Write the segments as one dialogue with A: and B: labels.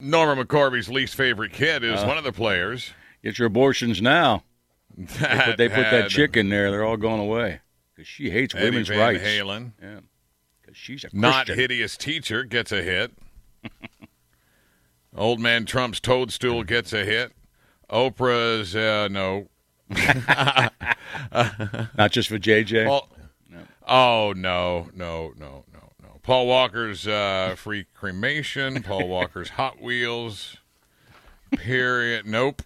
A: Norma McCorby's least favorite kid is
B: Uh.
A: one of the players.
B: Get your abortions now. They
A: That
B: put, they put that
A: had
B: chick in there. They're all going away because she hates
A: Eddie
B: women's
A: Van
B: rights.
A: Halen,
B: Yeah, 'Cause she's a
A: not
B: Christian.
A: hideous teacher, gets a hit. Old man Trump's toadstool gets a hit. Oprah's uh, no.
B: Not just for JJ.
A: Paul, Oh no, no, no, no, no. Paul Walker's uh, free cremation. Paul Walker's Hot Wheels. Period. Nope.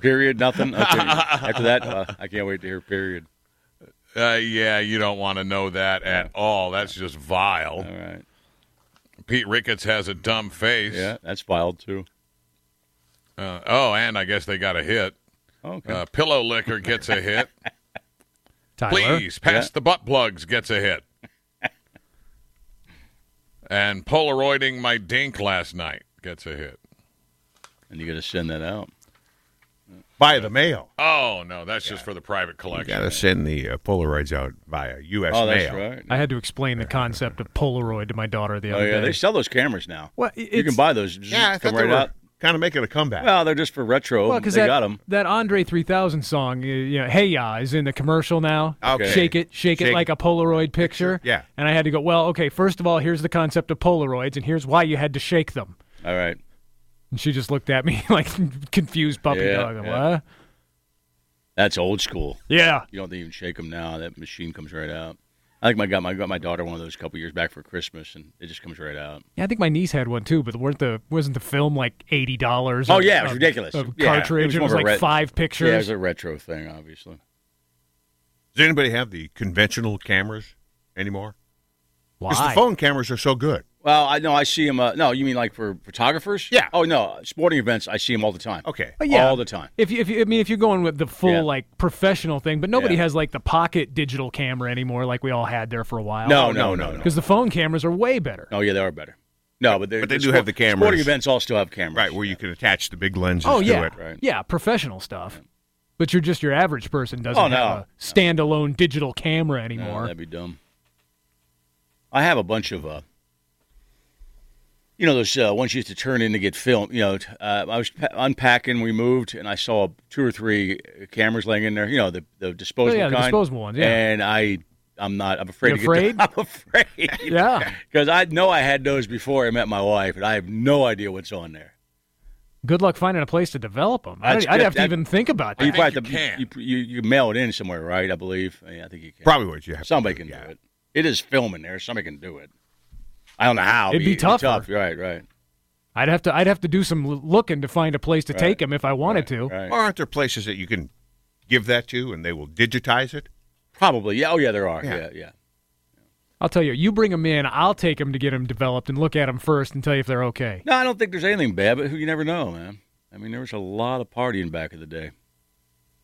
B: period. Nothing. Okay. After that, uh, I can't wait to hear. Period.
A: Uh, yeah, you don't want to know that at all. That's just vile.
B: All right.
A: Pete Ricketts has a dumb face.
B: Yeah, that's filed too.
A: Uh, oh, and I guess they got a hit.
B: Okay.
A: Uh, Pillow liquor gets a hit.
C: Tyler.
A: Please pass
B: Yeah.
A: the butt plugs gets a hit. and Polaroiding my dink last night gets a hit.
B: and you got to send that out.
D: By the mail.
A: Oh no, that's just for the private collection.
D: Got to send the uh, Polaroids out via U.S.
B: oh, that's
D: mail.
B: right.
C: I had to explain the concept of Polaroid to my daughter the
B: Oh
C: other
B: yeah,
C: day.
B: they sell those cameras now.
C: Well,
B: you
C: it's-
B: can buy those. Just
D: Yeah, I thought
B: come
D: they
B: right
D: were
B: out.
D: kind of making a comeback.
B: Well, they're just for retro.
C: Well,
B: they
C: that,
B: got them.
C: that Andre 3000 song, uh, you know, Hey Ya, is in the commercial now.
D: Okay.
C: Shake it, shake,
D: Shake
C: it like
D: it.
C: a Polaroid picture.
D: Yeah.
C: And I had to go, well, okay, first of all, here's the concept of Polaroids, and here's why you had to shake them.
B: All right.
C: And she just looked at me like confused puppy
B: Yeah,
C: dog. I'm,
B: yeah.
C: "What?"
B: That's old school.
C: yeah.
B: You don't even shake them now. That machine comes right out. I think my got my got my daughter one of those a couple years back for Christmas, and it just comes right out.
C: Yeah, I think my niece had one too, but weren't the wasn't the film like eighty dollars?
B: Oh, yeah, it was ridiculous.
C: A
B: Yeah, it was
C: cartridge. It
B: more
C: was,
B: of a
C: like
B: red-
C: five pictures.
B: Yeah, it's a retro thing, obviously.
D: Does anybody have the conventional cameras anymore? Because the
C: Why?
D: phone cameras are so good.
B: Well, I know I see them. Uh, no, you mean like for photographers?
D: Yeah. Oh,
B: Oh no, sporting events. I see them all the time.
D: Okay.
C: But yeah,
B: all the time.
C: If you, if you, I mean, if you're going with the full
B: Yeah.
C: like professional thing, but nobody
B: Yeah.
C: has like the pocket digital camera anymore, like we all had there for a while.
B: No, no, no, no.
C: because the phone cameras are way better.
B: No, yeah, they are better. No, but they
D: But they do have the
B: Sporting
D: cameras.
B: events all still have cameras.
D: Right, where you can attach the big lenses
C: oh
D: to
C: yeah,
D: it.
B: right.
C: yeah, professional stuff. But you're just your average person doesn't
B: Oh, no. Uh,
C: have a standalone digital camera
B: No,
C: anymore.
B: that'd be dumb. I have a bunch of, uh, you know, those uh, ones you used to turn in to get film. You know, t- uh, I was pa- unpacking, we moved, and I saw two or three uh, cameras laying in there. You know, the the disposable
C: Oh, yeah, the
B: kind,
C: disposable ones, yeah.
B: And I, I'm not. I'm afraid.
C: You
B: to get them. I'm afraid.
C: yeah,
B: Because I know I had those before I met my wife, and I have no idea what's on there.
C: good luck finding a place to develop them.
B: That's
C: I'd, I'd
B: good.
C: have to
B: That-
C: even think about
A: I
C: that.
A: think
B: probably
A: you
B: have
A: can.
B: to- You, you, you mail it in somewhere, right? I believe. Yeah, I think you can.
D: Probably what you have. to
B: Somebody
D: do,
B: can
D: yeah.
B: do it. It is filming there. Somebody can do it. I don't know how.
C: It'd
B: but
C: be
B: it'd tough.
C: tougher.
B: Right, right.
C: I'd have to I'd have to do some l- looking to find a place to take 'em take them if I wanted to.
B: Right.
D: Or aren't there places that you can give that to and they will digitize it?
B: Probably. Yeah. Oh, yeah, there are.
D: Yeah.
B: Yeah, yeah.
C: I'll tell you, you bring them in, I'll take them to get them developed and look at them first and tell you if they're okay.
B: No, I don't think there's anything bad, but who you never know, man. I mean, there was a lot of partying back in the day.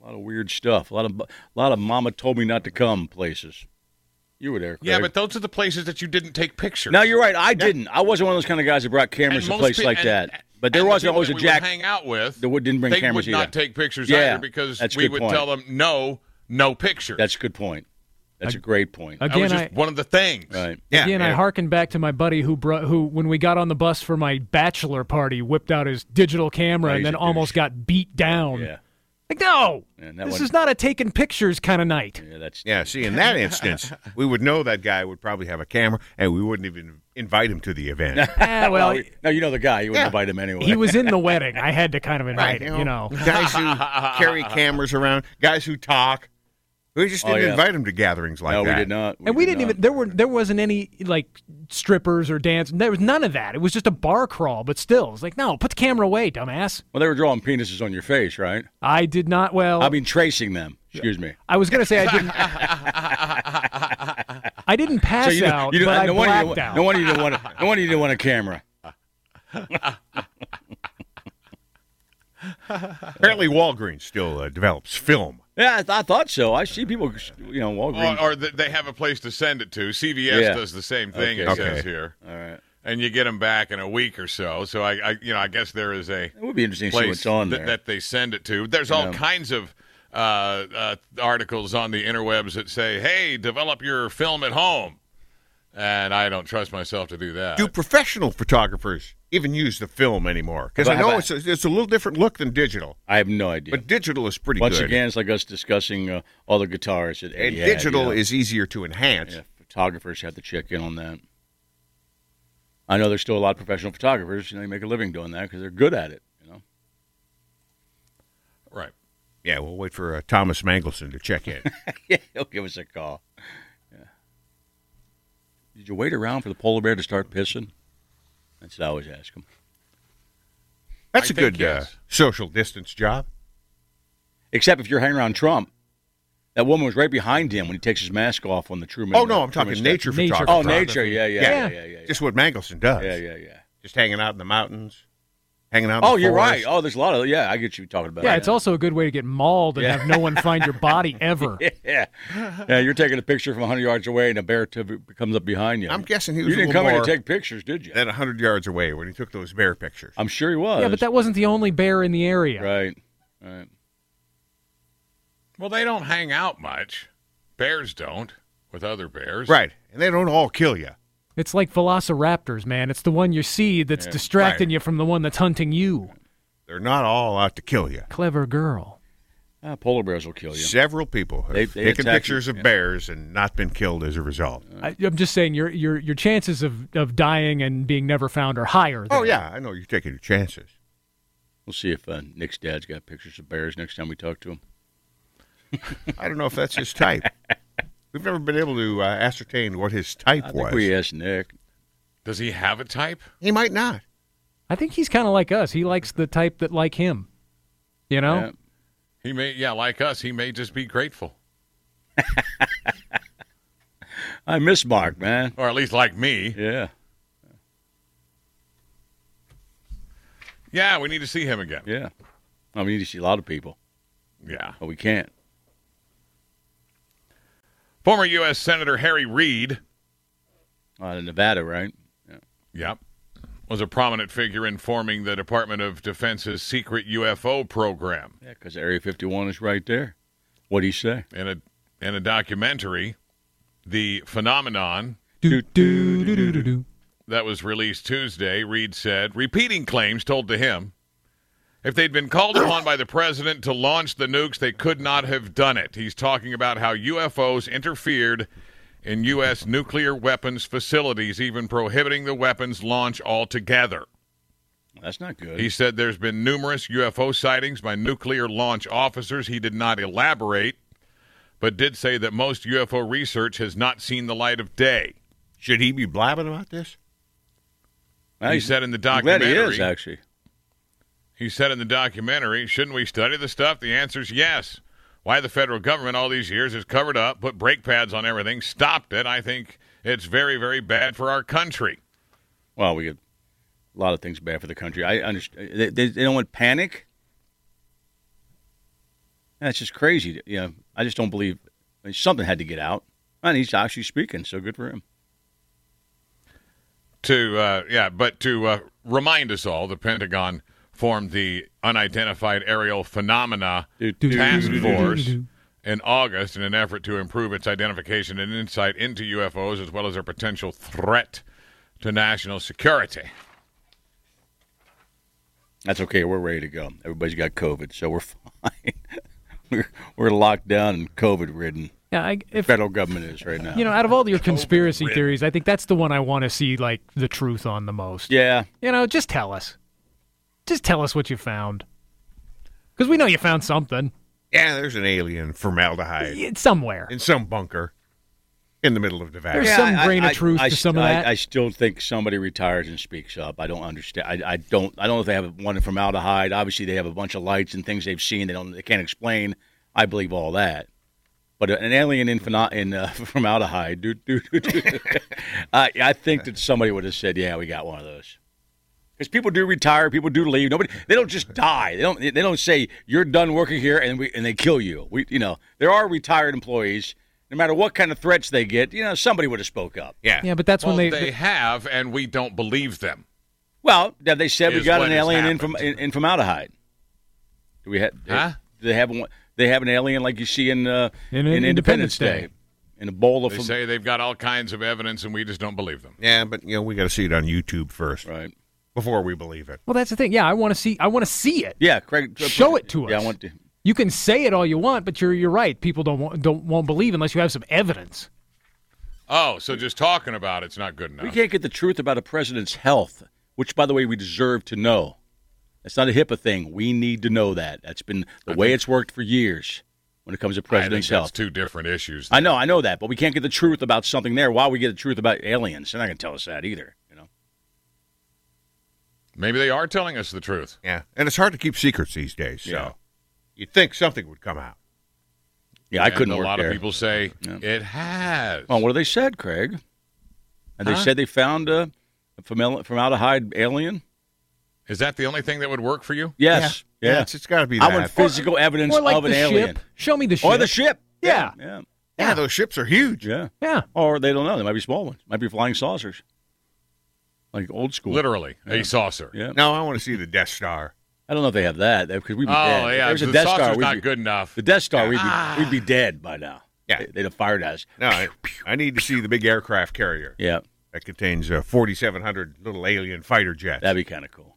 B: A lot of weird stuff. A lot of a lot of mama told me not to come places. You were there. Craig.
A: Yeah, but those are the places that you didn't take pictures.
B: no, you're right. I didn't. I wasn't one of those kind of guys that brought
A: And
B: cameras to
A: most
B: place
A: pe-
B: like
A: and-
B: that. But there
A: and the
B: wasn't
A: people
B: always
A: that
B: a
A: we would
B: jack.
A: hang out with.
B: that would- didn't bring
A: they
B: cameras
A: would not
B: either.
A: take pictures
B: Yeah,
A: either because
B: that's a
A: we
B: good
A: would
B: point.
A: tell them no, no pictures.
B: That's a good point. That's a great point.
A: that was
C: Again,
A: just
C: I,
A: one of the things.
B: right.
D: Yeah.
C: again, I
D: and-
C: hearken back to my buddy who brought, who when we got on the bus for my bachelor party, whipped out his digital camera
B: Oh,
C: and
B: he's
C: then
B: a
C: almost
B: douche.
C: got beat down.
B: Yeah.
C: Like no,
B: Man, that
C: Um, this
B: one-
C: is not a taking pictures kind of night.
B: Yeah. That's
D: Yeah, see, in that instance, we would know that guy would probably have a camera, and we wouldn't even invite him to the event.
C: Ah, well,
B: Oh, no, you know the guy. You wouldn't
D: Yeah.
B: invite him anyway.
C: he was in the wedding. I had to kind of invite him, you know.
D: guys who carry cameras around, guys who talk. We just
B: Oh,
D: didn't
B: yeah.
D: invite him to gatherings like
B: no,
D: that.
B: we did not.
C: and we
B: did
C: didn't
B: not.
C: even there were there wasn't any like strippers or dance. There was none of that. It was just a bar crawl. But still, it's like no, put the camera away, dumbass.
B: Well, they were drawing penises on your face, right?
C: I did not. Well,
B: I mean, tracing them. Excuse me.
C: I was gonna say I didn't. I didn't pass
B: you, don't-
C: out,
B: you don't-
C: but I
B: no wonder you
C: blacked
B: don't-
C: out.
B: no wonder you didn't want. A, no wonder you didn't want a camera.
D: Apparently, Walgreens still uh, develops film.
B: Yeah, I, th- I thought so. I see people, you know, Walgreens.
A: Or, or th- they have a place to send it to. CVS
B: Yeah.
A: does the same thing. It
D: Okay.
A: says
D: Okay.
A: here,
B: All right,
A: and you get them back in a week or so. So I, I you know, I guess there is a
B: it would be interesting to see
A: place
B: what's on
A: that-
B: there.
A: that they send it to. There's all
B: Yeah.
A: kinds of uh, uh, articles on the interwebs that say, "Hey, develop your film at home." and I don't trust myself to do that.
D: Do
B: Uh,
D: professional photographers even use the film anymore? Because I
B: How about-
D: know it's a, it's a little different look than digital,
B: I have no idea.
D: but digital is pretty
B: Once
D: good.
B: again, it's like us discussing uh, all the guitars. That
D: and
B: Eddie had, you
D: digital
B: know.
D: is easier to enhance.
B: Yeah, photographers have to check in on that. I know there's still a lot of professional photographers, and they make a living doing that because they're good at it. You know,
A: Right.
D: Yeah, we'll wait for uh, Thomas Mangelson to check in.
B: yeah, he'll give us a call. Yeah. Did you wait around for the polar bear to start pissing? That's what I always ask him.
D: That's
A: I
D: a
A: think
D: good uh,
A: yes.
D: social distance job.
B: Except if you're hanging around Trump, that woman was right behind him when he takes his mask off on the Truman. uh,
D: Oh no, I'm
B: Truman
D: talking
B: Show.
D: nature,
C: Nature
D: photography.
B: Oh,
C: photography.
B: nature. Yeah, yeah, yeah, yeah, yeah. yeah,
D: Just what Mangelson does.
B: yeah, yeah, yeah.
D: Just hanging out in the mountains, hanging out. in
B: Oh,
D: the
B: you're right.
D: forest.
B: Oh, there's a lot of yeah. I get you talking about.
C: Yeah,
B: it.
C: it's also a good way to get mauled and
B: Yeah.
C: have no one find your body ever.
B: yeah. yeah, you're taking a picture from 100 yards away, and a bear t- comes up behind you.
D: I'm guessing he
B: you
D: was a
B: didn't
D: little
B: come in
D: more
B: to take pictures, did you?
D: than hundred yards away when he took those bear pictures.
B: I'm sure he was.
C: Yeah, but that wasn't the only bear in the area.
B: right, right.
A: Well, they don't hang out much. Bears don't with other bears.
D: Right, and they don't all kill you.
C: It's like velociraptors, man. It's the one you see that's distracting you from the one that's hunting you.
D: They're not all out to kill you.
C: Clever girl.
B: Ah, polar bears will kill you.
D: Several people have
B: They- they
D: taken
B: attack you,
D: pictures of
B: yeah.
D: bears and not been killed as a result.
C: I, I'm just saying your your your chances of, of dying and being never found are higher.
D: Oh
C: there.
D: yeah, I know you're taking your chances.
B: We'll see if uh, Nick's dad's got pictures of bears next time we talk to him.
D: I don't know if that's his type. We've never been able to uh, ascertain what his type
B: I
D: was.
B: think we uh, asked Nick.
A: Does he have a type?
D: He might not.
C: I think he's kind of like us. He likes the type that like him. You know?
B: Yeah.
A: He may, yeah, like us, he may just be grateful,
B: I miss Mark, man.
A: or at least like me.
B: Yeah,
A: Yeah, we need to see him again.
B: yeah. I mean, you see a lot of people,
A: Yeah.
B: but we can't.
A: Former U.S. Senator Harry Reid.
B: Out in Nevada, right?
A: Yep. Was a prominent figure in forming the Department of Defense's secret UFO program.
B: Yeah, because Area 51 is right there. What do you say?
A: In a in a documentary, the phenomenon
C: Do, do, do, do, do, do.
A: that was released Tuesday, Reed said, repeating claims told to him. If they'd been called upon by the president to launch the nukes, they could not have done it. He's talking about how UFOs interfered in U.S. nuclear weapons facilities, even prohibiting the weapons launch altogether.
B: That's not good.
A: He said there's been numerous UFO sightings by nuclear launch officers. He did not elaborate, but did say that most UFO research has not seen the light of day.
D: Should he be blabbing about this?
B: Well,
A: he
B: he's-
A: said in the
B: I'm glad he
A: documentary-
B: is uh, actually.
A: He said in the documentary, shouldn't we study the stuff? The answer is yes. Why the federal government all these years has covered up, put brake pads on everything, stopped it, I think it's very, very bad for our country.
B: Well, we get a lot of things bad for the country. I understand. They, they, they don't want panic. That's just crazy. You know, I just don't believe I mean, something had to get out. And he's actually speaking, so good for him.
A: To uh, yeah, but to uh, remind us all, the Pentagon formed the Unidentified Aerial Phenomena
B: Dude,
C: Do, do,
A: Task
C: do, do, do,
A: Force
C: do, do.
A: in August in an effort to improve its identification and insight into UFOs as well as their potential threat to national security.
B: That's okay. We're ready to go. Everybody's got COVID, so we're fine. we're, we're locked down and COVID ridden.
C: Yeah, I, if
B: Federal government is right now.
C: you know, out of all your conspiracy theories, I think that's the one I want to see like the truth on the most.
B: yeah.
C: You know, just tell us. Just tell us what you found. Because we know you found something
D: Yeah, there's an alien formaldehyde
C: Y- somewhere.
D: in some bunker in the middle of Nevada.
C: There's- some grain of truth
B: I,
C: to some of
B: I-
C: that.
B: I still think somebody retires and speaks up. I don't understand. I, I don't. I don't know if they have one from out hide. Obviously, they have a bunch of lights and things they've seen. They don't. They can't explain. I believe all that. But an alien in, pheno- in uh, from out dude, dude, dude, dude. I, I think that somebody would have said, "Yeah, we got one of those." Because people do retire, people do leave. Nobody, they don't just die. They don't. They don't say you're done working here and we and they kill you. We, you know, there are retired employees. No matter what kind of threats they get, you know, somebody would have spoke up.
D: yeah.
C: yeah, but that's
A: well,
C: when
A: they,
C: they,
A: have, and we don't believe them.
B: Well, have they said we
A: Is
B: got
A: what
B: an
A: has
B: alien in from
A: happened.
B: in, in formaldehyde? Do we have?
A: Huh?
B: Do they have one? They have an alien like you see in uh,
C: In-
B: in,
C: in
B: Independence
C: Independence
B: Day. and a bowl of
A: They
B: fam-
A: say they've got all kinds of evidence, and we just don't believe them.
D: Yeah, but you know we got to see it on YouTube first
B: right.
D: before we believe it.
C: Well, that's the thing. Yeah, I want to see. I want to see it.
B: Yeah, Craig,
C: Show it to
B: Yeah,
C: us.
B: I want to.
C: You can say it all you want, but you're you're right. People don't want, don't won't believe unless you have some evidence.
A: Oh, so just talking about it's not good enough.
B: We can't get the truth about a president's health, which, by the way, we deserve to know. That's not a HIPAA thing. We need to know that. That's been the way it's worked for years when it comes
A: I
B: to
A: think
B: president's
A: that's
B: health.
A: two different issues.
B: I know, I know that, but we can't get the truth about something there. While we get the truth about aliens, they're not going to tell us that either. You know,
A: Maybe they are telling us the truth.
D: Yeah, and it's hard to keep secrets these days. So
B: Yeah.
D: you'd think something would come out.
B: yeah, I
A: And
B: couldn't
A: A
B: work
A: lot
B: there.
A: of people say
B: Yeah.
A: it has.
B: Well, what do they said, Craig? And they
A: Huh?
B: said they found uh, a famil- formaldehyde alien.
A: Is that the only thing that would work for you?
B: Yes, yeah.
D: it's, it's got to be
B: I
D: that.
B: want physical evidence
C: Or like
B: of an
C: the
B: alien,
C: ship. Show me the ship.
B: or the ship.
C: Yeah.
B: yeah,
D: yeah, those ships are huge.
B: yeah.
C: yeah.
B: Or they don't know. They might be small ones. Might be flying saucers, like old school.
A: Literally,
B: Yeah.
A: a saucer.
B: Yeah.
D: No, I want to see the Death Star.
B: I don't know if they have that because we'd be dead.
A: Oh,
B: If
A: yeah.
B: There's
A: the
B: a Death
A: saucer's
B: Star. we'd
A: not
B: be-
A: good enough.
B: The Death Star. We'd be
A: Ah.
B: we'd be dead by now.
D: Yeah.
B: They, would have fired us.
D: No, I, I need to see the big aircraft carrier
B: Yeah,
D: that contains uh, 4,700 little alien fighter jets.
B: that'd be kind of cool.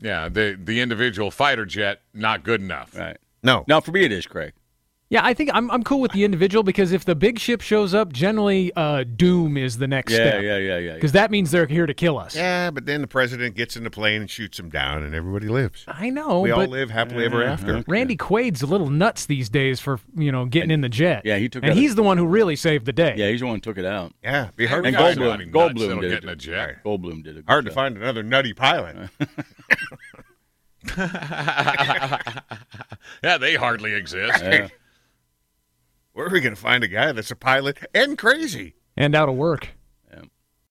A: Yeah, the the individual fighter jet not good enough.
B: Right.
D: no,
B: Now, for me, it is Craig.
C: Yeah, I think I'm I'm cool with the individual because if the big ship shows up, generally uh, doom is the next
B: Yeah,
C: step
B: yeah, yeah, yeah. yeah.
C: because that means they're here to kill us.
D: Yeah, but then the president gets in the plane and shoots him down, and everybody lives.
C: I know,
B: Oh,
D: we all
C: but
D: live happily ever
B: Uh-huh.
D: after.
C: Randy Quaid's a little nuts these days for you know getting in the jet.
B: Yeah, he took
C: and
B: out a-
C: he's the one who really saved the day.
B: Yeah, he's the one who took it out.
D: Yeah, be hard,
A: We
B: And
D: to,
A: got
B: Goldblum-
A: somebody nuts
B: Goldblum
A: that'll
B: did
A: get
B: it.
A: in a jet.
B: Goldblum did it.
D: hard to find another nutty
B: Uh.
D: pilot.
A: Yeah, they hardly exist.
B: Yeah.
D: Where are we going to find a guy that's a pilot and crazy?
C: and out of work.